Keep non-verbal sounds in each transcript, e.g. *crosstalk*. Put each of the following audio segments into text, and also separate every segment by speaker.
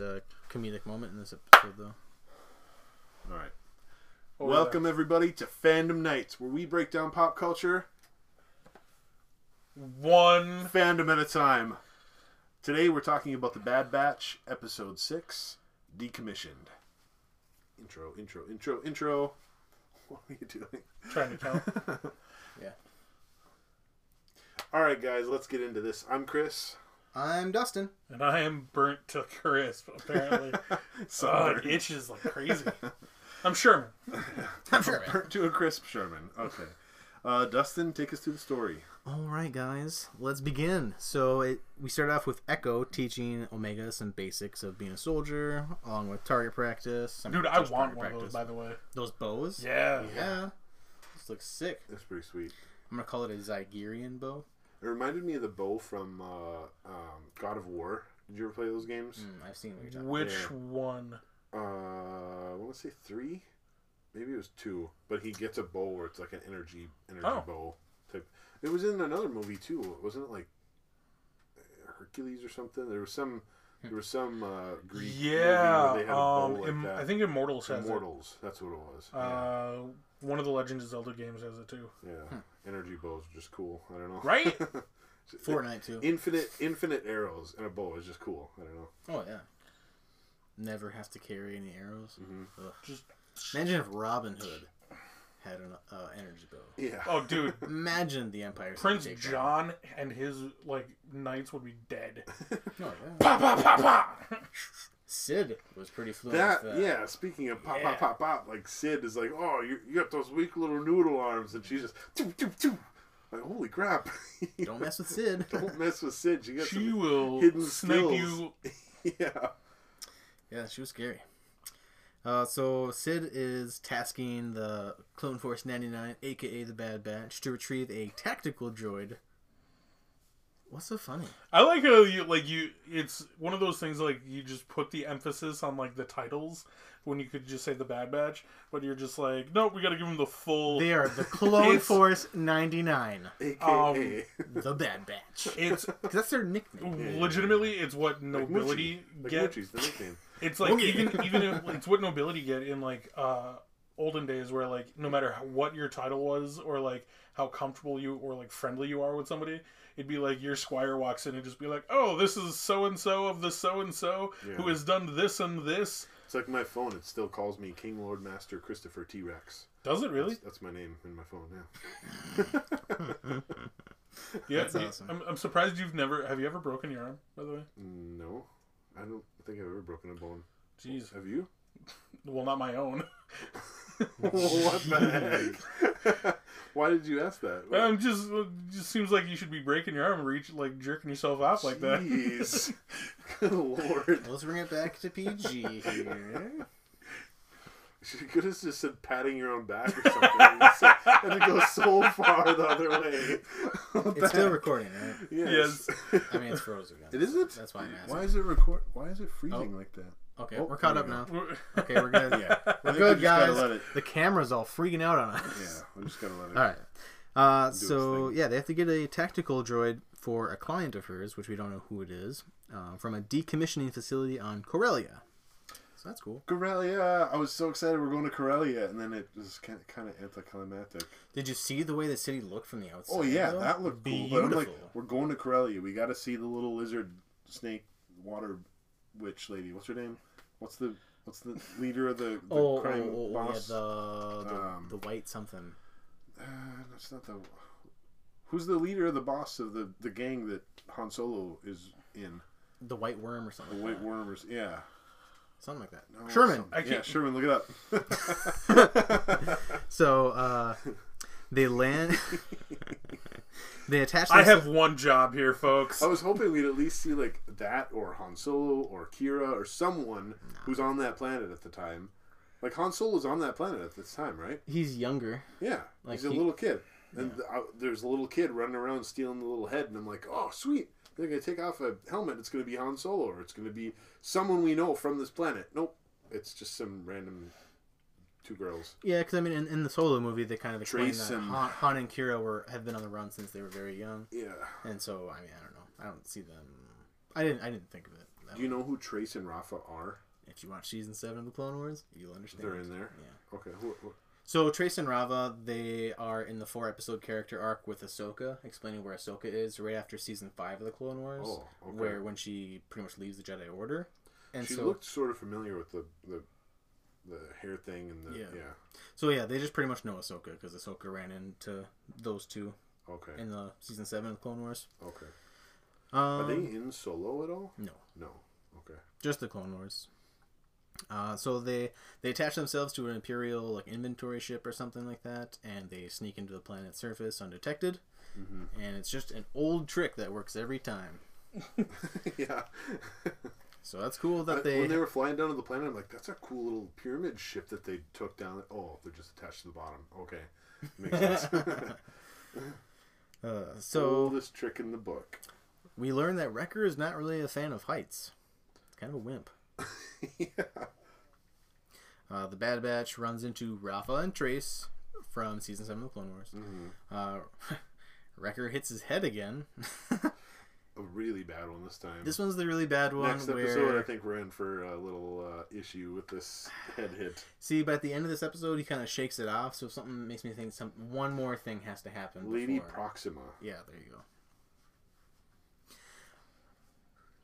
Speaker 1: uh, comedic moment in this episode, though.
Speaker 2: All right.
Speaker 3: Oh, yeah.
Speaker 2: Welcome everybody to Fandom Nights, where we break down pop culture
Speaker 3: One.
Speaker 2: fandom at a time. Today we're talking about the Bad Batch, episode six, decommissioned. Intro, intro, intro, intro. *laughs* What are you doing?
Speaker 3: Trying to
Speaker 2: *laughs*
Speaker 3: count.
Speaker 1: Yeah.
Speaker 2: All right, guys, let's get into this. I'm Chris.
Speaker 1: I'm Dustin.
Speaker 3: And I am burnt to crisp,
Speaker 2: *laughs*
Speaker 3: apparently. uh, it
Speaker 2: Sorry.
Speaker 3: itches like crazy. I'm Sherman.
Speaker 1: I'm sure.
Speaker 2: Burnt *laughs* to a crisp, Sherman. Okay. Uh, Dustin, take us through the story.
Speaker 1: All right, guys, let's begin. So it, we start off with Echo teaching Omega some basics of being a soldier, along with target practice. some-
Speaker 3: Dude, I
Speaker 1: just
Speaker 3: want
Speaker 1: target
Speaker 3: one of
Speaker 1: practice.
Speaker 3: those, by the way.
Speaker 1: Those bows.
Speaker 3: Yeah.
Speaker 1: Yeah. This looks sick.
Speaker 2: That's pretty sweet.
Speaker 1: I'm gonna call it a Zygerian bow.
Speaker 2: It reminded me of the bow from uh, um, God of War. Did you ever play those games?
Speaker 1: Mm, I've seen what you're talking. about.
Speaker 3: Which
Speaker 2: Yeah.
Speaker 3: one?
Speaker 2: Uh, I want to say three, maybe it was two. But he gets a bow where it's like an energy energy
Speaker 3: Oh.
Speaker 2: bow type. It was in another movie too, wasn't it? Like Hercules or something. There was some. There was some uh, Greek
Speaker 3: Yeah.
Speaker 2: movie where they had a bow
Speaker 3: Um,
Speaker 2: like
Speaker 3: Im-
Speaker 2: that.
Speaker 3: I think Immortals has
Speaker 2: Immortals. That's what it was.
Speaker 3: it. Uh, one of the Legend of Zelda games has it too.
Speaker 2: yeah, yeah. energy bows are just cool. I don't know. *laughs*
Speaker 3: hmm. Right?
Speaker 1: Fortnite too.
Speaker 2: Infinite infinite arrows and a bow is just cool. I don't know.
Speaker 1: Oh yeah. Never have to carry any arrows. Ugh.
Speaker 3: Just
Speaker 1: Imagine if Robin Hood had an uh, energy bow.
Speaker 2: Yeah.
Speaker 3: oh,
Speaker 2: *laughs*
Speaker 3: dude,
Speaker 1: Imagine the Empire. State
Speaker 3: Prince
Speaker 1: Takeover.
Speaker 3: John and his like knights would be dead.
Speaker 1: Oh, yeah.
Speaker 3: pa pa pa pa.
Speaker 1: Sid was pretty fluent.
Speaker 2: That,
Speaker 1: with that.
Speaker 2: yeah. Speaking of pop,
Speaker 3: Yeah.
Speaker 2: pop, pop, pop, like Sid is like, oh, you, you got those weak little noodle arms, and she's just, "Toop, toop, toop." like, holy crap! *laughs*
Speaker 1: Don't mess with Sid.
Speaker 2: Don't mess with Sid. She got
Speaker 3: She
Speaker 2: some
Speaker 3: will
Speaker 2: hidden
Speaker 3: snipe
Speaker 2: skills.
Speaker 3: you.
Speaker 2: *laughs* yeah.
Speaker 1: yeah, she was scary. Uh, so Sid is tasking the Clone Force 99, aka the Bad Batch, to retrieve a tactical droid. What's so funny?
Speaker 3: I like how you like you. It's one of those things like you just put the emphasis on like the titles when you could just say the Bad Batch, but you're just like, nope, we got to give them the full.
Speaker 1: They are the Clone
Speaker 3: It's-
Speaker 1: Force 99,
Speaker 2: AKA
Speaker 1: the Bad Batch. 'Cause
Speaker 3: *laughs* It's
Speaker 1: that's their nickname.
Speaker 3: legitimately it's what nobility
Speaker 2: like
Speaker 3: get.
Speaker 2: Moochie's the nickname.
Speaker 3: It's like
Speaker 1: Okay.
Speaker 3: even even if, it's what nobility get in like uh olden days where like no matter how, what your title was or like how comfortable you or like friendly you are with somebody, it'd be like your squire walks in and just be like, "Oh, this is so and so of the so and so who
Speaker 2: Yeah.
Speaker 3: has done this and this."
Speaker 2: It's like my phone. It still calls me King Lord Master Christopher T Rex.
Speaker 3: Does it really?
Speaker 2: That's, that's my name in my phone now.
Speaker 3: Yeah,
Speaker 1: That's
Speaker 3: you-
Speaker 1: awesome.
Speaker 3: I'm, I'm surprised you've never. Have you ever broken your arm? By the way,
Speaker 2: No, I don't think I've ever broken a bone.
Speaker 3: jeez.
Speaker 2: Have you? *laughs*
Speaker 3: Well, not my own.
Speaker 2: what the heck? Why did you ask that?
Speaker 3: *laughs* I'm just. It just seems like you should be breaking your arm, reach like jerking yourself off like
Speaker 2: *laughs*
Speaker 3: that. *laughs*
Speaker 2: Jeez. Good lord.
Speaker 1: Let's bring it back to PG here.
Speaker 2: She could have just said patting your own back or something. It's so- and it goes so far the other way. *laughs*
Speaker 1: It's still recording, right?
Speaker 2: yes.
Speaker 1: I mean, it's frozen.
Speaker 2: It is it?
Speaker 1: That's why I'm asking.
Speaker 2: Why is it record? Why is it freezing like that?
Speaker 1: Okay,
Speaker 2: Oh,
Speaker 1: we're caught
Speaker 2: there
Speaker 1: up
Speaker 2: we *laughs*
Speaker 1: now. *laughs*
Speaker 3: We're-
Speaker 1: Okay, we're good.
Speaker 2: Yeah.
Speaker 1: We're good,
Speaker 2: we just gotta
Speaker 1: guys.
Speaker 2: let it-
Speaker 1: The camera's all freaking out on us.
Speaker 2: Yeah, I'm just gonna let
Speaker 1: *laughs*
Speaker 2: it.
Speaker 1: All right. Uh,
Speaker 2: its
Speaker 1: so
Speaker 2: thing.
Speaker 1: yeah, they have to get a tactical droid for a client of hers, which we don't know who it is, uh, from a decommissioning facility on Corellia. So that's cool.
Speaker 2: Corellia. I was so excited we're going to Corellia, and then it was kind of, kind of anticlimactic.
Speaker 1: Did you see the way the city looked from the outside?
Speaker 2: Oh yeah,
Speaker 1: though?
Speaker 2: that looked cool. But I'm like,
Speaker 1: Beautiful.
Speaker 2: we're going to Corellia. We got to see the little lizard, snake, water, witch lady. What's her name? What's the what's the leader of the, the
Speaker 1: oh,
Speaker 2: crime
Speaker 1: oh, oh,
Speaker 2: boss?
Speaker 1: yeah, the the,
Speaker 2: um,
Speaker 1: the white something.
Speaker 2: Uh, that's not the. Who's the leader of the boss of the the gang that Han Solo is in?
Speaker 1: The white worm or
Speaker 2: The
Speaker 1: something. like
Speaker 2: White
Speaker 1: that.
Speaker 2: Wormers. Yeah.
Speaker 1: Something like that.
Speaker 2: No,
Speaker 1: Sherman.
Speaker 2: some-
Speaker 3: I
Speaker 2: Yeah,
Speaker 3: can't-
Speaker 2: Sherman. Look it up. *laughs*
Speaker 1: So uh, they land.
Speaker 2: *laughs*
Speaker 1: *laughs* they attach.
Speaker 3: I
Speaker 1: themselves-
Speaker 3: have one job here, folks.
Speaker 2: I
Speaker 1: Oh,
Speaker 2: was hoping we'd at least see like that or Han Solo or Kira or someone who's on that planet at the time. Like Han Solo's on that planet at this time, right?
Speaker 1: He's younger.
Speaker 2: Yeah,
Speaker 1: Like
Speaker 2: he's a
Speaker 1: he-
Speaker 2: little kid, and th- I, there's a little kid running around stealing the little head, and I'm like, oh sweet, they're gonna take off a helmet. It's gonna be Han Solo, or it's gonna be someone we know from this planet. Nope, it's just some random two girls.
Speaker 1: Yeah, because I mean, in, in the solo movie, they kind of explain
Speaker 2: Trace
Speaker 1: that
Speaker 2: and-
Speaker 1: Han, Han and Kira were have been on the run since they were very young,
Speaker 2: Yeah,
Speaker 1: and so I mean, I don't know, I don't see them. I didn't, I didn't think of it that
Speaker 2: Do you know who Trace and Rafa are?
Speaker 1: If you watch season seven of the Clone Wars, you'll understand.
Speaker 2: They're in there.
Speaker 1: Yeah.
Speaker 2: Okay. Who, who-
Speaker 1: So Trace and Rava, they are in the four episode character arc with Ahsoka, explaining where Ahsoka is right after season five of the Clone Wars,
Speaker 2: Oh, okay.
Speaker 1: where when she pretty much leaves the Jedi Order, and
Speaker 2: she
Speaker 1: so
Speaker 2: looked sort of familiar with the, the the hair thing and the yeah.
Speaker 1: Yeah. so yeah, they just pretty much know Ahsoka because Ahsoka ran into those two
Speaker 2: Okay.
Speaker 1: in the season seven of the Clone Wars.
Speaker 2: okay.
Speaker 1: Um,
Speaker 2: Are they in solo at all?
Speaker 1: No.
Speaker 2: No. Okay. *laughs*
Speaker 1: just the Clone Wars. Uh, so they they attach themselves to an Imperial like inventory ship or something like that, and they sneak into the planet's surface undetected. And it's just an old trick that works every time.
Speaker 2: yeah.
Speaker 1: So that's cool that they.
Speaker 2: when they were flying down to the planet, I'm like, that's a cool little pyramid ship that they took down. Oh, they're just attached to the bottom. Okay. Makes
Speaker 1: *laughs*
Speaker 2: sense.
Speaker 1: uh,
Speaker 2: All
Speaker 1: so
Speaker 2: this trick in the book.
Speaker 1: we learn that Wrecker is not really a fan of heights. It's kind of a wimp.
Speaker 2: yeah.
Speaker 1: Uh, the Bad Batch runs into Rafa and Trace from season seven of the Clone Wars. Uh, *laughs* Wrecker hits his head again. *laughs*
Speaker 2: A really bad one this time.
Speaker 1: this one's the really bad one.
Speaker 2: Next
Speaker 1: where...
Speaker 2: episode, I think we're in for a little uh, issue with this head
Speaker 1: *sighs*
Speaker 2: hit.
Speaker 1: See, but at the end of this episode, he kind of shakes it off. So something makes me think some one more thing has to happen.
Speaker 2: Lady
Speaker 1: before-
Speaker 2: Proxima. *laughs*
Speaker 1: Yeah, there you go.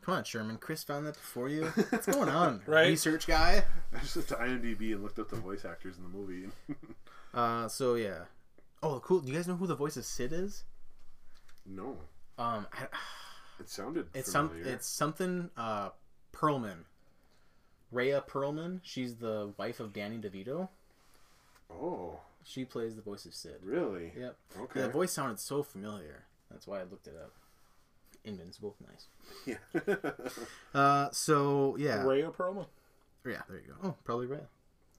Speaker 1: Come on, Sherman. Chris found that before
Speaker 2: *laughs*
Speaker 1: you. What's going on,
Speaker 3: Right?
Speaker 1: Research guy.
Speaker 2: I just went to IMDb and looked up the voice actors in the movie. *laughs*
Speaker 1: Uh, so yeah. Oh, cool. Do you guys know who the voice of Sid is?
Speaker 2: no,
Speaker 1: Um, I, *sighs*
Speaker 2: it sounded.
Speaker 1: it's some,
Speaker 2: familiar.
Speaker 1: it's something. Uh, Perlman. Rhea Perlman. She's the wife of Danny DeVito.
Speaker 2: Oh,
Speaker 1: She plays the voice of Sid.
Speaker 2: really?
Speaker 1: Yep.
Speaker 2: Okay. *laughs*
Speaker 1: That voice sounded so familiar. That's why I looked it up. Invincible, nice.
Speaker 2: Yeah.
Speaker 1: *laughs* Uh, so yeah,
Speaker 3: Rhea Perlman.
Speaker 1: yeah. There you go. Oh, probably Rhea,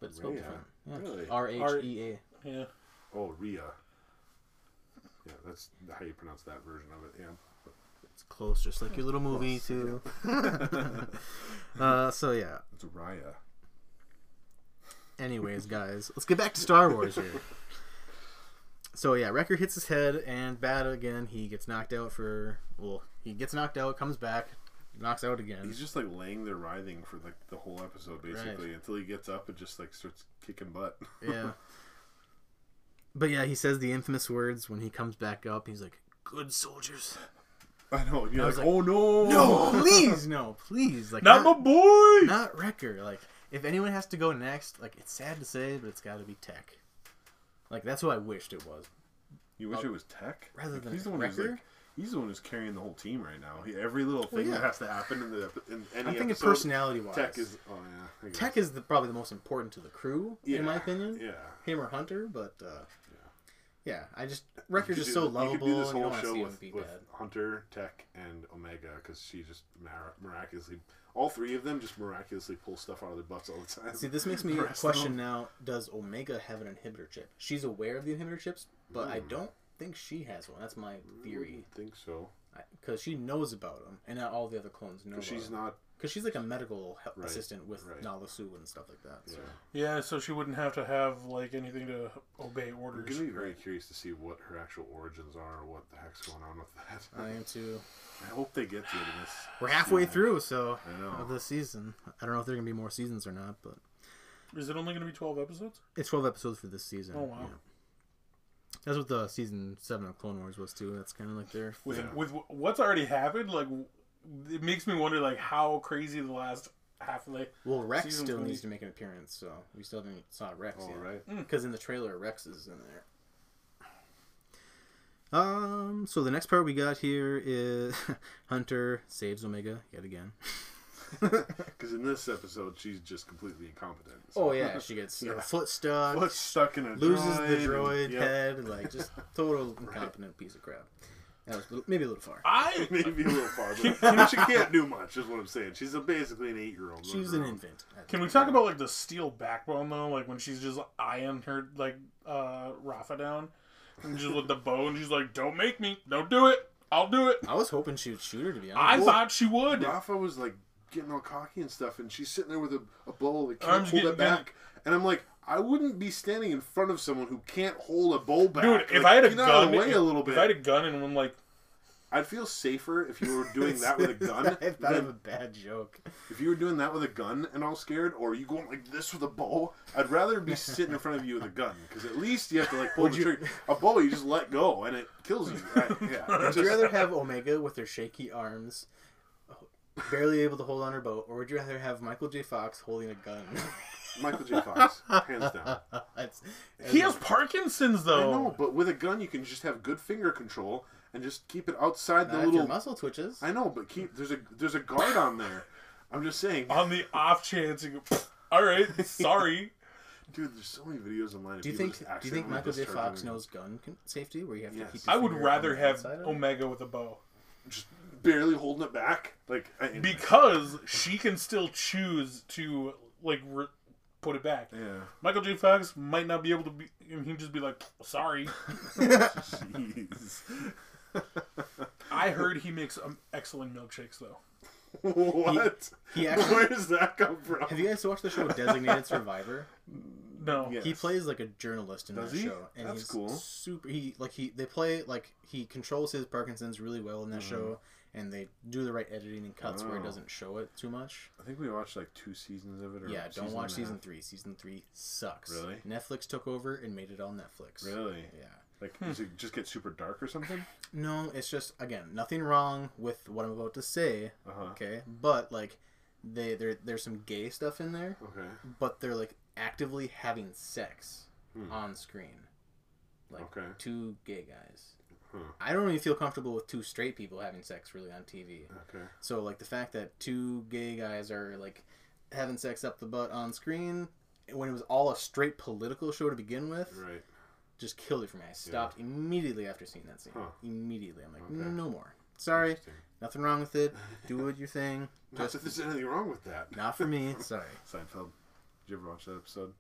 Speaker 1: but it's spelled
Speaker 2: Rhea.
Speaker 1: different.
Speaker 2: Really?
Speaker 1: Yeah, R H E A.
Speaker 3: Yeah.
Speaker 2: oh, Rhea. Yeah, that's how you pronounce that version of it. Yeah.
Speaker 1: It's close, just like your little movie too. *laughs* uh, so yeah.
Speaker 2: It's Raya.
Speaker 1: Anyways, guys, let's get back to Star Wars here. So yeah, Wrecker hits his head and bad again. He gets knocked out for well, he gets knocked out, comes back, knocks out again.
Speaker 2: He's just like laying there writhing for like the whole episode basically until he gets up and just like starts kicking butt.
Speaker 1: yeah. But yeah, he says the infamous words when he comes back up. He's like, "Good soldiers."
Speaker 2: *laughs* I know. and You're
Speaker 1: was
Speaker 2: like,
Speaker 1: like,
Speaker 2: oh no,
Speaker 1: No, *laughs* please, no, please, like
Speaker 3: Not my
Speaker 1: not,
Speaker 3: boy.
Speaker 1: not Wrecker. Like, if anyone has to go next, like it's sad to say, but it's got to be Tech. Like that's who I wished it was.
Speaker 2: *laughs* You wish it was Tech.
Speaker 1: Oh. rather
Speaker 2: Like,
Speaker 1: than
Speaker 2: he's the one who's
Speaker 1: Wrecker?
Speaker 2: like, he's the one who's carrying the whole team right now. He, every little thing that
Speaker 1: yeah.
Speaker 2: has to happen in the in any
Speaker 1: I'm thinking
Speaker 2: episode,
Speaker 1: personality wise.
Speaker 2: Tech is. Oh yeah. I guess.
Speaker 1: Tech is the, probably the most important to the crew,
Speaker 2: Yeah,
Speaker 1: in my opinion.
Speaker 2: Yeah.
Speaker 1: Him or Hunter, but uh, yeah. I just Wrecker's
Speaker 2: You
Speaker 1: just
Speaker 2: could
Speaker 1: so
Speaker 2: do- You
Speaker 1: lovable.
Speaker 2: could do this
Speaker 1: and you
Speaker 2: whole
Speaker 1: don't wanna
Speaker 2: show
Speaker 1: see him
Speaker 2: with,
Speaker 1: be
Speaker 2: with
Speaker 1: bad.
Speaker 2: Hunter, Tech, and Omega because she just mar- miraculously, all three of them just miraculously pull stuff out of their butts all the time.
Speaker 1: See, this
Speaker 2: *laughs*
Speaker 1: makes me
Speaker 2: The rest of
Speaker 1: question
Speaker 2: them-
Speaker 1: now: Does Omega have an inhibitor chip? She's aware of the inhibitor chips, but
Speaker 2: Hmm.
Speaker 1: I don't think she has one. That's my
Speaker 2: I
Speaker 1: theory,
Speaker 2: wouldn't think so.
Speaker 1: because she knows about them, and not all the other clones know.
Speaker 2: 'Cause she's not.
Speaker 1: because she's like a medical he-
Speaker 2: Right,
Speaker 1: assistant with
Speaker 2: right.
Speaker 1: Nala Su and stuff like that. So.
Speaker 2: Yeah.
Speaker 3: Yeah, so she wouldn't have to have like anything to obey
Speaker 2: I'm
Speaker 3: orders.
Speaker 2: gonna be very curious to see what her actual origins are, or what the heck's going on with that.
Speaker 1: I am too.
Speaker 2: I hope they get to it
Speaker 1: *laughs*
Speaker 2: in this.
Speaker 1: We're halfway
Speaker 2: season.
Speaker 1: through, so
Speaker 2: I know.
Speaker 1: of the season. I don't know if there are gonna be more seasons or not, but
Speaker 3: Is it only going to be twelve episodes?
Speaker 1: it's twelve episodes for this season.
Speaker 3: Oh wow.
Speaker 1: Yeah. That's what the season seven of Clone Wars was too. That's kind of like their
Speaker 3: With
Speaker 2: Yeah.
Speaker 3: with what's already happened, like it makes me wonder like how crazy the last half of like
Speaker 1: Well, Rex
Speaker 3: Season
Speaker 1: still
Speaker 3: 20.
Speaker 1: needs to make an appearance, so we still haven't saw Rex
Speaker 2: All
Speaker 1: yet.
Speaker 2: Oh, right.
Speaker 1: Because in the trailer, Rex is in there. Um. So the next part we got here is *laughs* Hunter saves Omega yet again.
Speaker 2: Because in this episode, she's just completely incompetent. so-
Speaker 1: Oh *laughs* yeah, she gets her
Speaker 2: Yeah.
Speaker 1: foot stuck,
Speaker 2: What's stuck in a
Speaker 1: loses
Speaker 2: droid?
Speaker 1: the
Speaker 2: and-
Speaker 1: droid
Speaker 2: yep.
Speaker 1: head, like just total incompetent piece of crap. That was a little- maybe a little far.
Speaker 3: I
Speaker 2: *laughs* Maybe a
Speaker 1: *laughs*
Speaker 2: little far, but she can't do much. Is what I'm saying. She's a, basically an eight-year-old.
Speaker 1: She's an infant. I think.
Speaker 3: Can we talk about like the steel backbone though? Like when she's just eyeing her like uh Rafa down and just
Speaker 2: *laughs*
Speaker 3: with the bow and she's like, Don't make me, don't do it, I'll do it.
Speaker 1: I was hoping she would shoot her to be
Speaker 3: I
Speaker 1: honest.
Speaker 3: thought she would.
Speaker 2: Rafa was like getting all cocky and stuff, and she's sitting there with a, a bowl that can't
Speaker 3: Arms
Speaker 2: hold it
Speaker 3: getting bent.
Speaker 2: back. And I'm like, I wouldn't be standing in front of someone who can't hold a bowl back.
Speaker 3: Dude,
Speaker 2: Like,
Speaker 3: if I had a
Speaker 2: get
Speaker 3: gun
Speaker 2: out of the way
Speaker 3: if,
Speaker 2: a little bit,
Speaker 3: if I had a gun and I'm like
Speaker 2: I'd feel safer if you were doing
Speaker 1: *laughs*
Speaker 2: that with a gun.
Speaker 1: I thought of a
Speaker 2: than,
Speaker 1: bad joke.
Speaker 2: if you were doing that with a gun and all scared, or you going like this with a bow, I'd
Speaker 1: *laughs*
Speaker 2: rather be sitting in front of you with a gun because at least you have to like pull
Speaker 1: Would
Speaker 2: the
Speaker 1: you-
Speaker 2: trigger. A bow, you just let go and it kills you. Right, yeah,
Speaker 1: *laughs*
Speaker 2: it
Speaker 1: Would you
Speaker 2: just- *laughs*
Speaker 1: rather have Omega with her shaky arms, barely able to hold on her boat, or would you rather have Michael J. Fox holding a gun? *laughs*
Speaker 2: Michael J. Fox, hands down.
Speaker 1: That's-
Speaker 3: He has Parkinson's
Speaker 2: I
Speaker 3: though.
Speaker 2: know, but with a gun, you can just have good finger control and just keep it outside the
Speaker 1: Not if your
Speaker 2: little.
Speaker 1: muscle twitches.
Speaker 2: I know, but keep there's a there's a guard on there. I'm just saying,
Speaker 3: On the off chance, you go, *laughs*
Speaker 2: *laughs*
Speaker 3: all right, sorry.
Speaker 2: dude. There's so many videos online. of
Speaker 1: Do you
Speaker 2: people
Speaker 1: think?
Speaker 2: just
Speaker 1: Do you think
Speaker 2: accidentally
Speaker 1: Michael J.
Speaker 2: discharging
Speaker 1: Fox
Speaker 2: it.
Speaker 1: knows gun con- safety, where you have
Speaker 2: Yes.
Speaker 1: to keep? Your
Speaker 3: I would
Speaker 1: finger
Speaker 3: rather
Speaker 1: on the
Speaker 3: have
Speaker 1: outside of it?
Speaker 3: Omega with a bow
Speaker 2: just barely holding it back? Like I-
Speaker 3: because she can still choose to like re- put it back.
Speaker 2: yeah.
Speaker 3: Michael J. Fox might not be able to be. He'd just be like, sorry.
Speaker 2: Jeez.
Speaker 3: I heard he makes um, excellent milkshakes though.
Speaker 2: *laughs* what? *laughs*
Speaker 1: he actually-
Speaker 2: Where does that come from?
Speaker 1: Have you guys watched the
Speaker 2: *laughs*
Speaker 1: show Designated Survivor?
Speaker 3: No,
Speaker 2: Yeah.
Speaker 1: He plays like a journalist in
Speaker 2: Does
Speaker 1: that
Speaker 2: he?
Speaker 1: show, and
Speaker 2: That's
Speaker 1: he's
Speaker 2: cool.
Speaker 1: super. He like he they play like he controls his Parkinson's really well in that
Speaker 2: Mm-hmm.
Speaker 1: show, and they do the right editing and cuts where it
Speaker 2: Wow.
Speaker 1: doesn't show it too much.
Speaker 2: I think we watched like two seasons of it. Or
Speaker 1: Yeah, don't
Speaker 2: season
Speaker 1: watch
Speaker 2: and a
Speaker 1: season
Speaker 2: half.
Speaker 1: three. Season three sucks.
Speaker 2: Really?
Speaker 1: Netflix took over and made it all Netflix.
Speaker 2: Really?
Speaker 1: Yeah.
Speaker 2: Like, does it just get super dark or *laughs* something?
Speaker 1: No, it's just again nothing wrong with what I'm about to say.
Speaker 2: Uh huh.
Speaker 1: Okay, but like, they there there's some gay stuff in there,
Speaker 2: Okay.
Speaker 1: but they're like actively having sex
Speaker 2: Hmm.
Speaker 1: on screen, like
Speaker 2: Okay.
Speaker 1: two gay guys.
Speaker 2: Huh.
Speaker 1: I don't even feel comfortable with two straight people having sex really on TV.
Speaker 2: Okay.
Speaker 1: So like the fact that two gay guys are like having sex up the butt on screen when it was all a straight political show to begin with
Speaker 2: Right.
Speaker 1: just killed it for me. I stopped immediately after seeing that scene.
Speaker 2: Huh.
Speaker 1: Immediately, I'm like,
Speaker 2: Okay.
Speaker 1: no more. Sorry,
Speaker 2: Interesting.
Speaker 1: nothing wrong with it. Do
Speaker 2: *laughs*
Speaker 1: what you think.
Speaker 2: Not
Speaker 1: Just
Speaker 2: that there's anything wrong with
Speaker 1: *laughs*
Speaker 2: that.
Speaker 1: not for me. Sorry.
Speaker 2: Seinfeld. Did you ever watch that episode?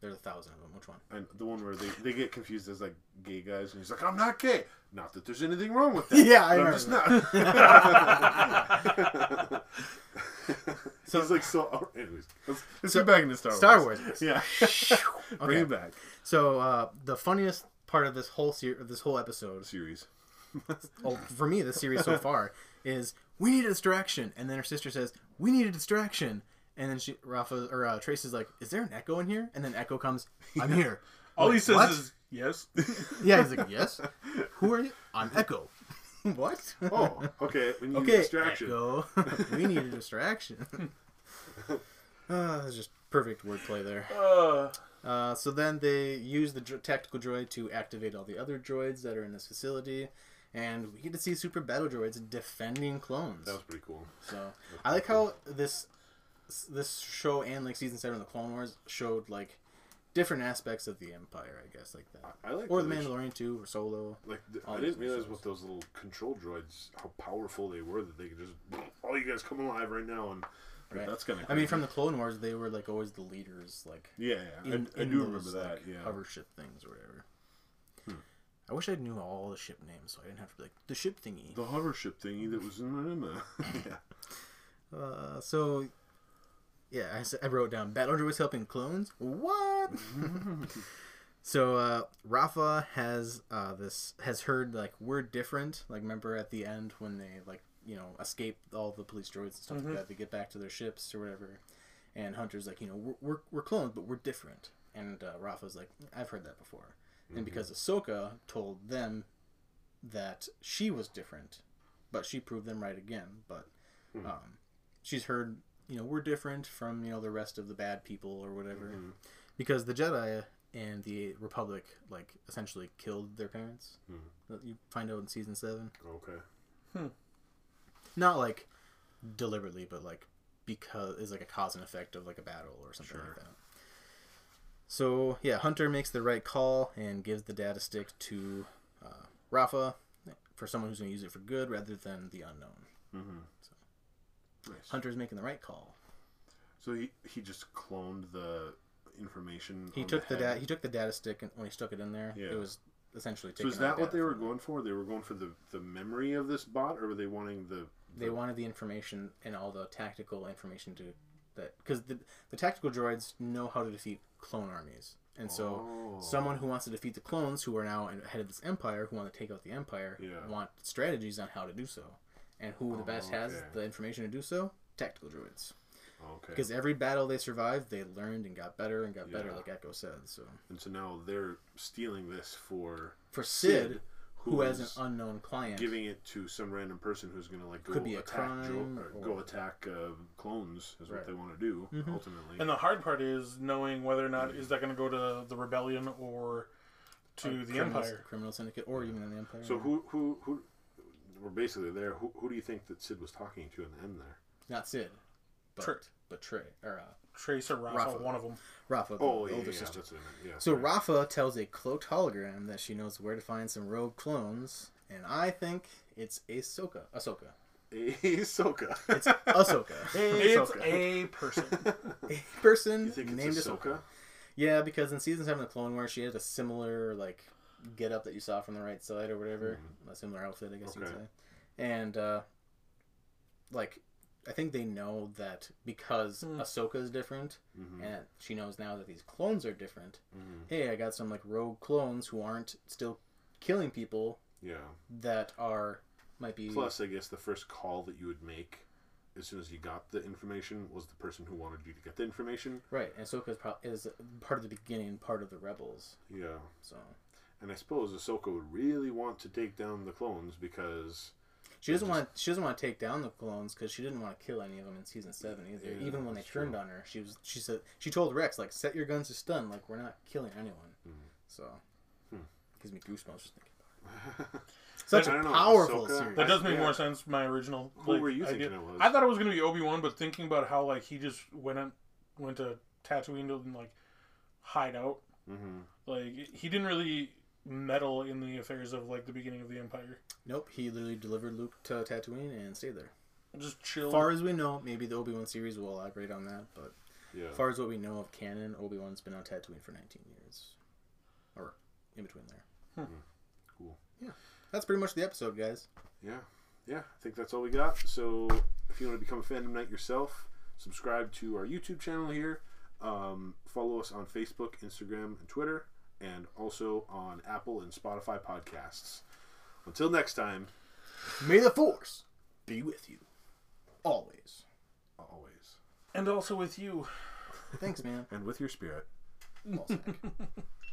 Speaker 1: There's a thousand of them. Which one?
Speaker 2: And the one where they, they get confused as like gay guys, and he's like, "I'm not gay." Not that there's anything wrong with that.
Speaker 1: *laughs* Yeah, I
Speaker 2: but I'm
Speaker 1: remember
Speaker 2: just
Speaker 1: that. *laughs*
Speaker 2: not. *laughs* so he's like so. oh, Anyways, let's, let's
Speaker 1: So-
Speaker 2: get back into Star Wars.
Speaker 1: Star Wars. *laughs*
Speaker 2: Yeah, *laughs* bring it back.
Speaker 1: So uh, the funniest part of this whole ser- of this whole episode,
Speaker 2: Series.
Speaker 1: well, for me, the series
Speaker 3: *laughs*
Speaker 1: so far, is we need a distraction, and then her sister says we need a distraction, and then she Rafa or uh, Trace is like, is there an echo in here? And then Echo comes, I'm here.
Speaker 3: *laughs* all he says
Speaker 1: what?
Speaker 3: is yes.
Speaker 1: Yeah, he's like, yes. Who are you?
Speaker 3: *laughs*
Speaker 1: I'm Echo. *laughs* what?
Speaker 2: Oh, okay. We need
Speaker 1: Okay,
Speaker 2: a distraction.
Speaker 1: Echo. *laughs* we need a distraction. *laughs*
Speaker 3: *laughs*
Speaker 1: uh, that's just perfect wordplay there.
Speaker 3: Uh,
Speaker 1: Uh, so then they use the dr- tactical droid to activate all the other droids that are in this facility, and we get to see super battle droids defending clones.
Speaker 2: That was pretty cool.
Speaker 1: So I like how this this show and like season seven of the Clone Wars showed like different aspects of the Empire, I guess, like that.
Speaker 2: I like
Speaker 1: Or the
Speaker 2: that they sh-
Speaker 1: Mandalorian too, or Solo.
Speaker 2: Like th-
Speaker 1: all
Speaker 2: I
Speaker 1: these
Speaker 2: didn't realize
Speaker 1: missiles.
Speaker 2: what those little control droids, how powerful they were. That they could just, all you guys come alive right now, and like,
Speaker 1: Right.
Speaker 2: that's kind of.
Speaker 1: I mean, from the Clone Wars, they were like always the leaders, like
Speaker 2: Yeah, yeah.
Speaker 1: in,
Speaker 2: I, I
Speaker 1: in
Speaker 2: do
Speaker 1: those,
Speaker 2: remember that.
Speaker 1: like,
Speaker 2: yeah. Hmm.
Speaker 1: hover ship things or whatever. I wish I knew all the ship names, so I didn't have to be like the ship thingy.
Speaker 2: The hover ship thingy that was in Rima. *laughs* yeah.
Speaker 1: Uh, so, yeah, I, s- I wrote down Battle Droids helping clones. What? so uh, Rafa has uh, this has heard like we're different. Like remember at the end when they like you know escape all the police droids and stuff like that. They get back to their ships or whatever. And Hunter's like you know we're we're, we're clones but we're different. And uh, Rafa's like I've heard that before. And because Ahsoka told them that she was different, but she proved them right again. But um, she's heard, you know, we're different from you know the rest of the bad people or whatever, because the Jedi and the Republic like essentially killed their parents. That you find out in season seven,
Speaker 2: Okay.
Speaker 1: not like deliberately, but like because is like a cause and effect of like a battle or something like that. So yeah, Hunter makes the right call and gives the data stick to uh, Rafa for someone who's going to use it for good rather than the unknown.
Speaker 2: Mm-hmm. Nice.
Speaker 1: Hunter's making the right call.
Speaker 2: So he, he just cloned the information.
Speaker 1: He
Speaker 2: on
Speaker 1: took the,
Speaker 2: head.
Speaker 1: data. He took the data stick and when he stuck it in there,
Speaker 2: Yeah.
Speaker 1: it was essentially.
Speaker 2: So
Speaker 1: Taking
Speaker 2: is
Speaker 1: our
Speaker 2: that what
Speaker 1: data
Speaker 2: they were
Speaker 1: from it.
Speaker 2: going for? They were going for the, the memory of this bot, or were they wanting the?
Speaker 1: They wanted the information and all the tactical information to that because the, the tactical droids know how to defeat clone armies, and so
Speaker 2: Oh.
Speaker 1: someone who wants to defeat the clones who are now ahead of this empire, who want to take out the empire,
Speaker 2: Yeah. Oh,
Speaker 1: want strategies on how to do so, and who the best has
Speaker 2: okay.
Speaker 1: the information to do so. Tactical droids,
Speaker 2: Oh, Okay.
Speaker 1: because every battle they survived, they learned and got better and got better,
Speaker 2: Yeah.
Speaker 1: like Echo said. So
Speaker 2: And so now they're stealing this for
Speaker 1: for Sid,
Speaker 2: Sid,
Speaker 1: who has an
Speaker 2: is
Speaker 1: unknown client,
Speaker 2: giving it to some random person who's going to like go
Speaker 1: Could be a
Speaker 2: attack
Speaker 1: crime,
Speaker 2: jo-
Speaker 1: or-
Speaker 2: or
Speaker 1: Mm-hmm.
Speaker 2: go attack uh, clones is
Speaker 1: Right.
Speaker 2: what they want to do ultimately.
Speaker 3: And the hard part is knowing whether or not is that going to go to the rebellion or to
Speaker 2: Uh,
Speaker 3: the
Speaker 1: criminal-
Speaker 3: empire.
Speaker 1: criminal syndicate, or even an empire.
Speaker 2: so who who who we're basically there. Who, who do you think that Sid was talking to in the end there?
Speaker 1: not Sid, but
Speaker 3: Trey.
Speaker 1: but Trey or uh,
Speaker 3: Trace or Rafa,
Speaker 1: Rafa.
Speaker 3: one of
Speaker 2: *laughs*
Speaker 3: them.
Speaker 1: Rafa, the
Speaker 2: Oh yeah, yeah,
Speaker 1: older
Speaker 2: yeah,
Speaker 1: sister.
Speaker 2: that's what I meant. Yeah,
Speaker 1: So
Speaker 2: sorry.
Speaker 1: Rafa tells a cloaked hologram that she knows where to find some rogue clones, and I think it's Ahsoka. Ahsoka.
Speaker 2: *laughs* Ahsoka. *laughs*
Speaker 1: It's Ahsoka.
Speaker 3: It's
Speaker 2: Ahsoka.
Speaker 3: a person.
Speaker 1: a person
Speaker 2: You think it's
Speaker 1: named Ahsoka.
Speaker 2: Ahsoka?
Speaker 1: Yeah, because in season seven of the Clone Wars, she had a similar like get up that you saw from the right side or whatever, a similar outfit, I guess you could
Speaker 2: Mm-hmm. Okay.
Speaker 1: say. And uh, like, I think they know that because
Speaker 3: Hmm.
Speaker 1: Ahsoka is different,
Speaker 2: Mhm.
Speaker 1: and she knows now that these clones are different.
Speaker 2: Mhm.
Speaker 1: Hey, I got some like rogue clones who aren't still killing people
Speaker 2: Yeah.
Speaker 1: that are might be
Speaker 2: Plus, I guess the first call that you would make as soon as you got the information was the person who wanted you to get the information.
Speaker 1: right. And Ahsoka is, pro- is part of the beginning, part of the rebels.
Speaker 2: Yeah.
Speaker 1: So
Speaker 2: And I suppose Ahsoka would really want to take down the clones because
Speaker 1: She doesn't
Speaker 2: just-
Speaker 1: want. She doesn't want to take down the clones because she didn't want to kill any of them in season seven either.
Speaker 2: Yeah,
Speaker 1: Even when they
Speaker 2: that's
Speaker 1: turned
Speaker 2: true.
Speaker 1: on her, she was. She said she told Rex like, "Set your guns to stun. Like we're not killing anyone."
Speaker 2: Mhm.
Speaker 1: So
Speaker 2: Hmm.
Speaker 1: gives me goosebumps just thinking. Such
Speaker 2: I
Speaker 1: a
Speaker 2: don't know,
Speaker 1: powerful
Speaker 2: Ahsoka-
Speaker 1: series.
Speaker 3: *laughs* That does
Speaker 2: I-
Speaker 3: make
Speaker 2: yeah.
Speaker 3: more sense. My original.
Speaker 2: Who
Speaker 3: like,
Speaker 2: were you
Speaker 3: idea.
Speaker 2: thinking it was?
Speaker 3: I thought it was going to be Obi Wan, but thinking about how like he just went on, went to Tatooine to like hide out.
Speaker 2: hmm
Speaker 3: Like he didn't really meddle in the affairs of like the beginning of the Empire.
Speaker 1: nope, he literally delivered Luke to Tatooine and stayed there.
Speaker 3: Just chill.
Speaker 1: Far as we know, maybe the Obi Wan series will elaborate on that, but
Speaker 2: Yeah.
Speaker 1: far as what we know of canon, Obi Wan's been on Tatooine for 19 years, or in between there.
Speaker 2: Hmm. Cool.
Speaker 1: That's pretty much the episode, guys.
Speaker 2: Yeah. Yeah. I think that's all we got. So if you want to become a Fandom Knight yourself, subscribe to our YouTube channel here. Um, follow us on Facebook, Instagram, and Twitter, and also on Apple and Spotify podcasts. Until next time,
Speaker 1: May the Force be with you always.
Speaker 2: always.
Speaker 3: and also with you.
Speaker 1: Thanks, man.
Speaker 2: And with your spirit.
Speaker 1: Ball sack.